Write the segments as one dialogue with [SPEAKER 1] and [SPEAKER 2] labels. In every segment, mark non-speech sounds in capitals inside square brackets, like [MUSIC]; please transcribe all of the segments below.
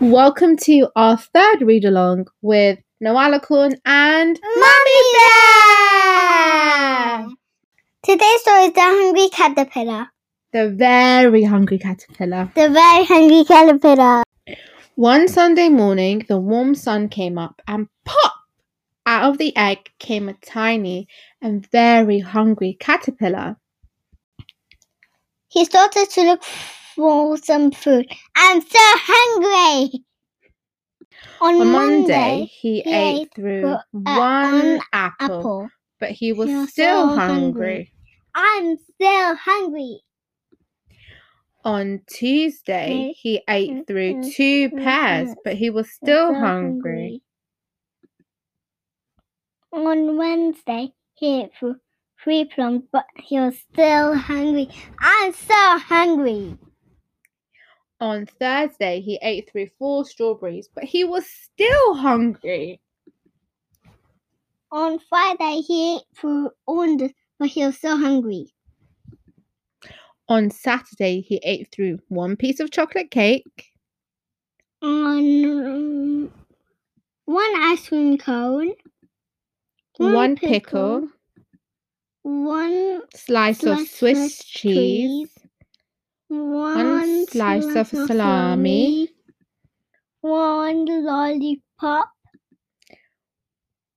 [SPEAKER 1] welcome to our third read along with Noala Kun and
[SPEAKER 2] Mummy Bear! Today's story is The Hungry Caterpillar.
[SPEAKER 1] the very hungry caterpillar.
[SPEAKER 2] The very hungry caterpillar.
[SPEAKER 1] One Sunday morning, the warm sun came up, and pop! Out of the egg came a tiny and very hungry caterpillar.
[SPEAKER 2] He started to look for some food. I'm so hungry! On,
[SPEAKER 1] On Monday, he
[SPEAKER 2] he
[SPEAKER 1] ate
[SPEAKER 2] ate
[SPEAKER 1] through
[SPEAKER 2] for- uh,
[SPEAKER 1] one
[SPEAKER 2] one
[SPEAKER 1] apple,
[SPEAKER 2] apple.
[SPEAKER 1] but he was
[SPEAKER 2] He was
[SPEAKER 1] still
[SPEAKER 2] so hungry.
[SPEAKER 1] hungry.
[SPEAKER 2] I'm still hungry.
[SPEAKER 1] On Tuesday,
[SPEAKER 2] Mm,
[SPEAKER 1] he ate
[SPEAKER 2] mm,
[SPEAKER 1] through
[SPEAKER 2] mm,
[SPEAKER 1] two
[SPEAKER 2] mm,
[SPEAKER 1] pears,
[SPEAKER 2] mm.
[SPEAKER 1] but he was
[SPEAKER 2] I'm
[SPEAKER 1] still
[SPEAKER 2] so
[SPEAKER 1] hungry.
[SPEAKER 2] hungry. On Wednesday, he ate for three plums, but he was still hungry. I'm so hungry.
[SPEAKER 1] On Thursday, he ate through four strawberries, but he was still hungry.
[SPEAKER 2] On Friday, he ate for oranges, but he was so hungry.
[SPEAKER 1] On Saturday, he ate through one piece of chocolate cake,
[SPEAKER 2] On um, one ice cream cone,
[SPEAKER 1] one,
[SPEAKER 2] One
[SPEAKER 1] pickle,
[SPEAKER 2] pickle, one
[SPEAKER 1] slice of
[SPEAKER 2] slice of
[SPEAKER 1] Swiss cheese,
[SPEAKER 2] cheese, one
[SPEAKER 1] slice of salami,
[SPEAKER 2] one lollipop,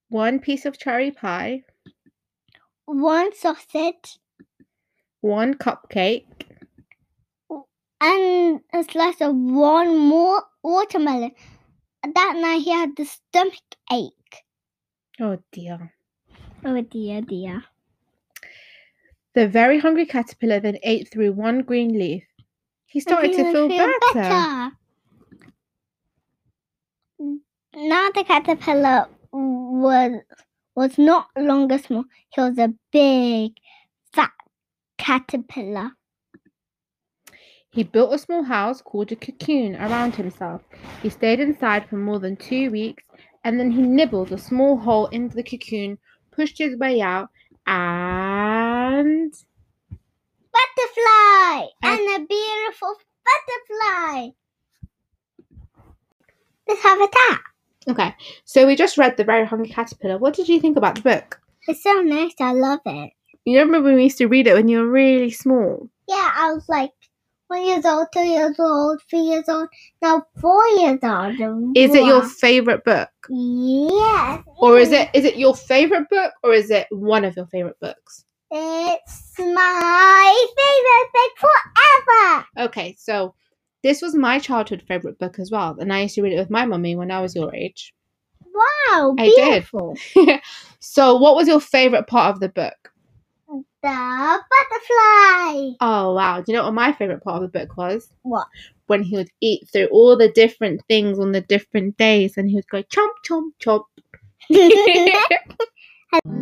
[SPEAKER 1] one piece of cherry pie,
[SPEAKER 2] one sausage,
[SPEAKER 1] one cupcake,
[SPEAKER 2] and a slice of one more watermelon. That night, he had the stomach ache.
[SPEAKER 1] Oh dear.
[SPEAKER 2] Oh dear, dear.
[SPEAKER 1] The very hungry caterpillar then ate through one green leaf. He started to
[SPEAKER 2] Everyone
[SPEAKER 1] feel,
[SPEAKER 2] feel
[SPEAKER 1] better.
[SPEAKER 2] Now the caterpillar was was not longer small. He was a big, fat caterpillar.
[SPEAKER 1] He built a small house called a cocoon around himself. He stayed inside for more than two weeks and then he nibbled a small hole in the cocoon, pushed his way out, and
[SPEAKER 2] Butterfly
[SPEAKER 1] And-
[SPEAKER 2] and a beautiful butterfly. Let's have a tap.
[SPEAKER 1] Okay, so we just read The Very Hungry Caterpillar. What did you think about the book?
[SPEAKER 2] It's so nice. I love it.
[SPEAKER 1] You remember when we used to read it when you were really small?
[SPEAKER 2] Yeah, I was like one years old, two years old, three years old, now four years old.
[SPEAKER 1] Is it your
[SPEAKER 2] Wow.
[SPEAKER 1] favorite book?
[SPEAKER 2] Yes.
[SPEAKER 1] Or is it is it your favorite book or is it one of your favorite books?
[SPEAKER 2] It's my favorite book forever.
[SPEAKER 1] Okay, so this was my childhood favorite book as well, and I used to read it with my mummy when I was your age.
[SPEAKER 2] Wow,
[SPEAKER 1] I did.
[SPEAKER 2] beautiful.
[SPEAKER 1] so, what was your favorite part of the book?
[SPEAKER 2] The butterfly.
[SPEAKER 1] Oh wow! Do you know what my favorite part of the book was?
[SPEAKER 2] What?
[SPEAKER 1] When he would eat through all the different things [LAUGHS]
[SPEAKER 2] [LAUGHS]
[SPEAKER 1] on the different days, and he would go chomp chomp chomp.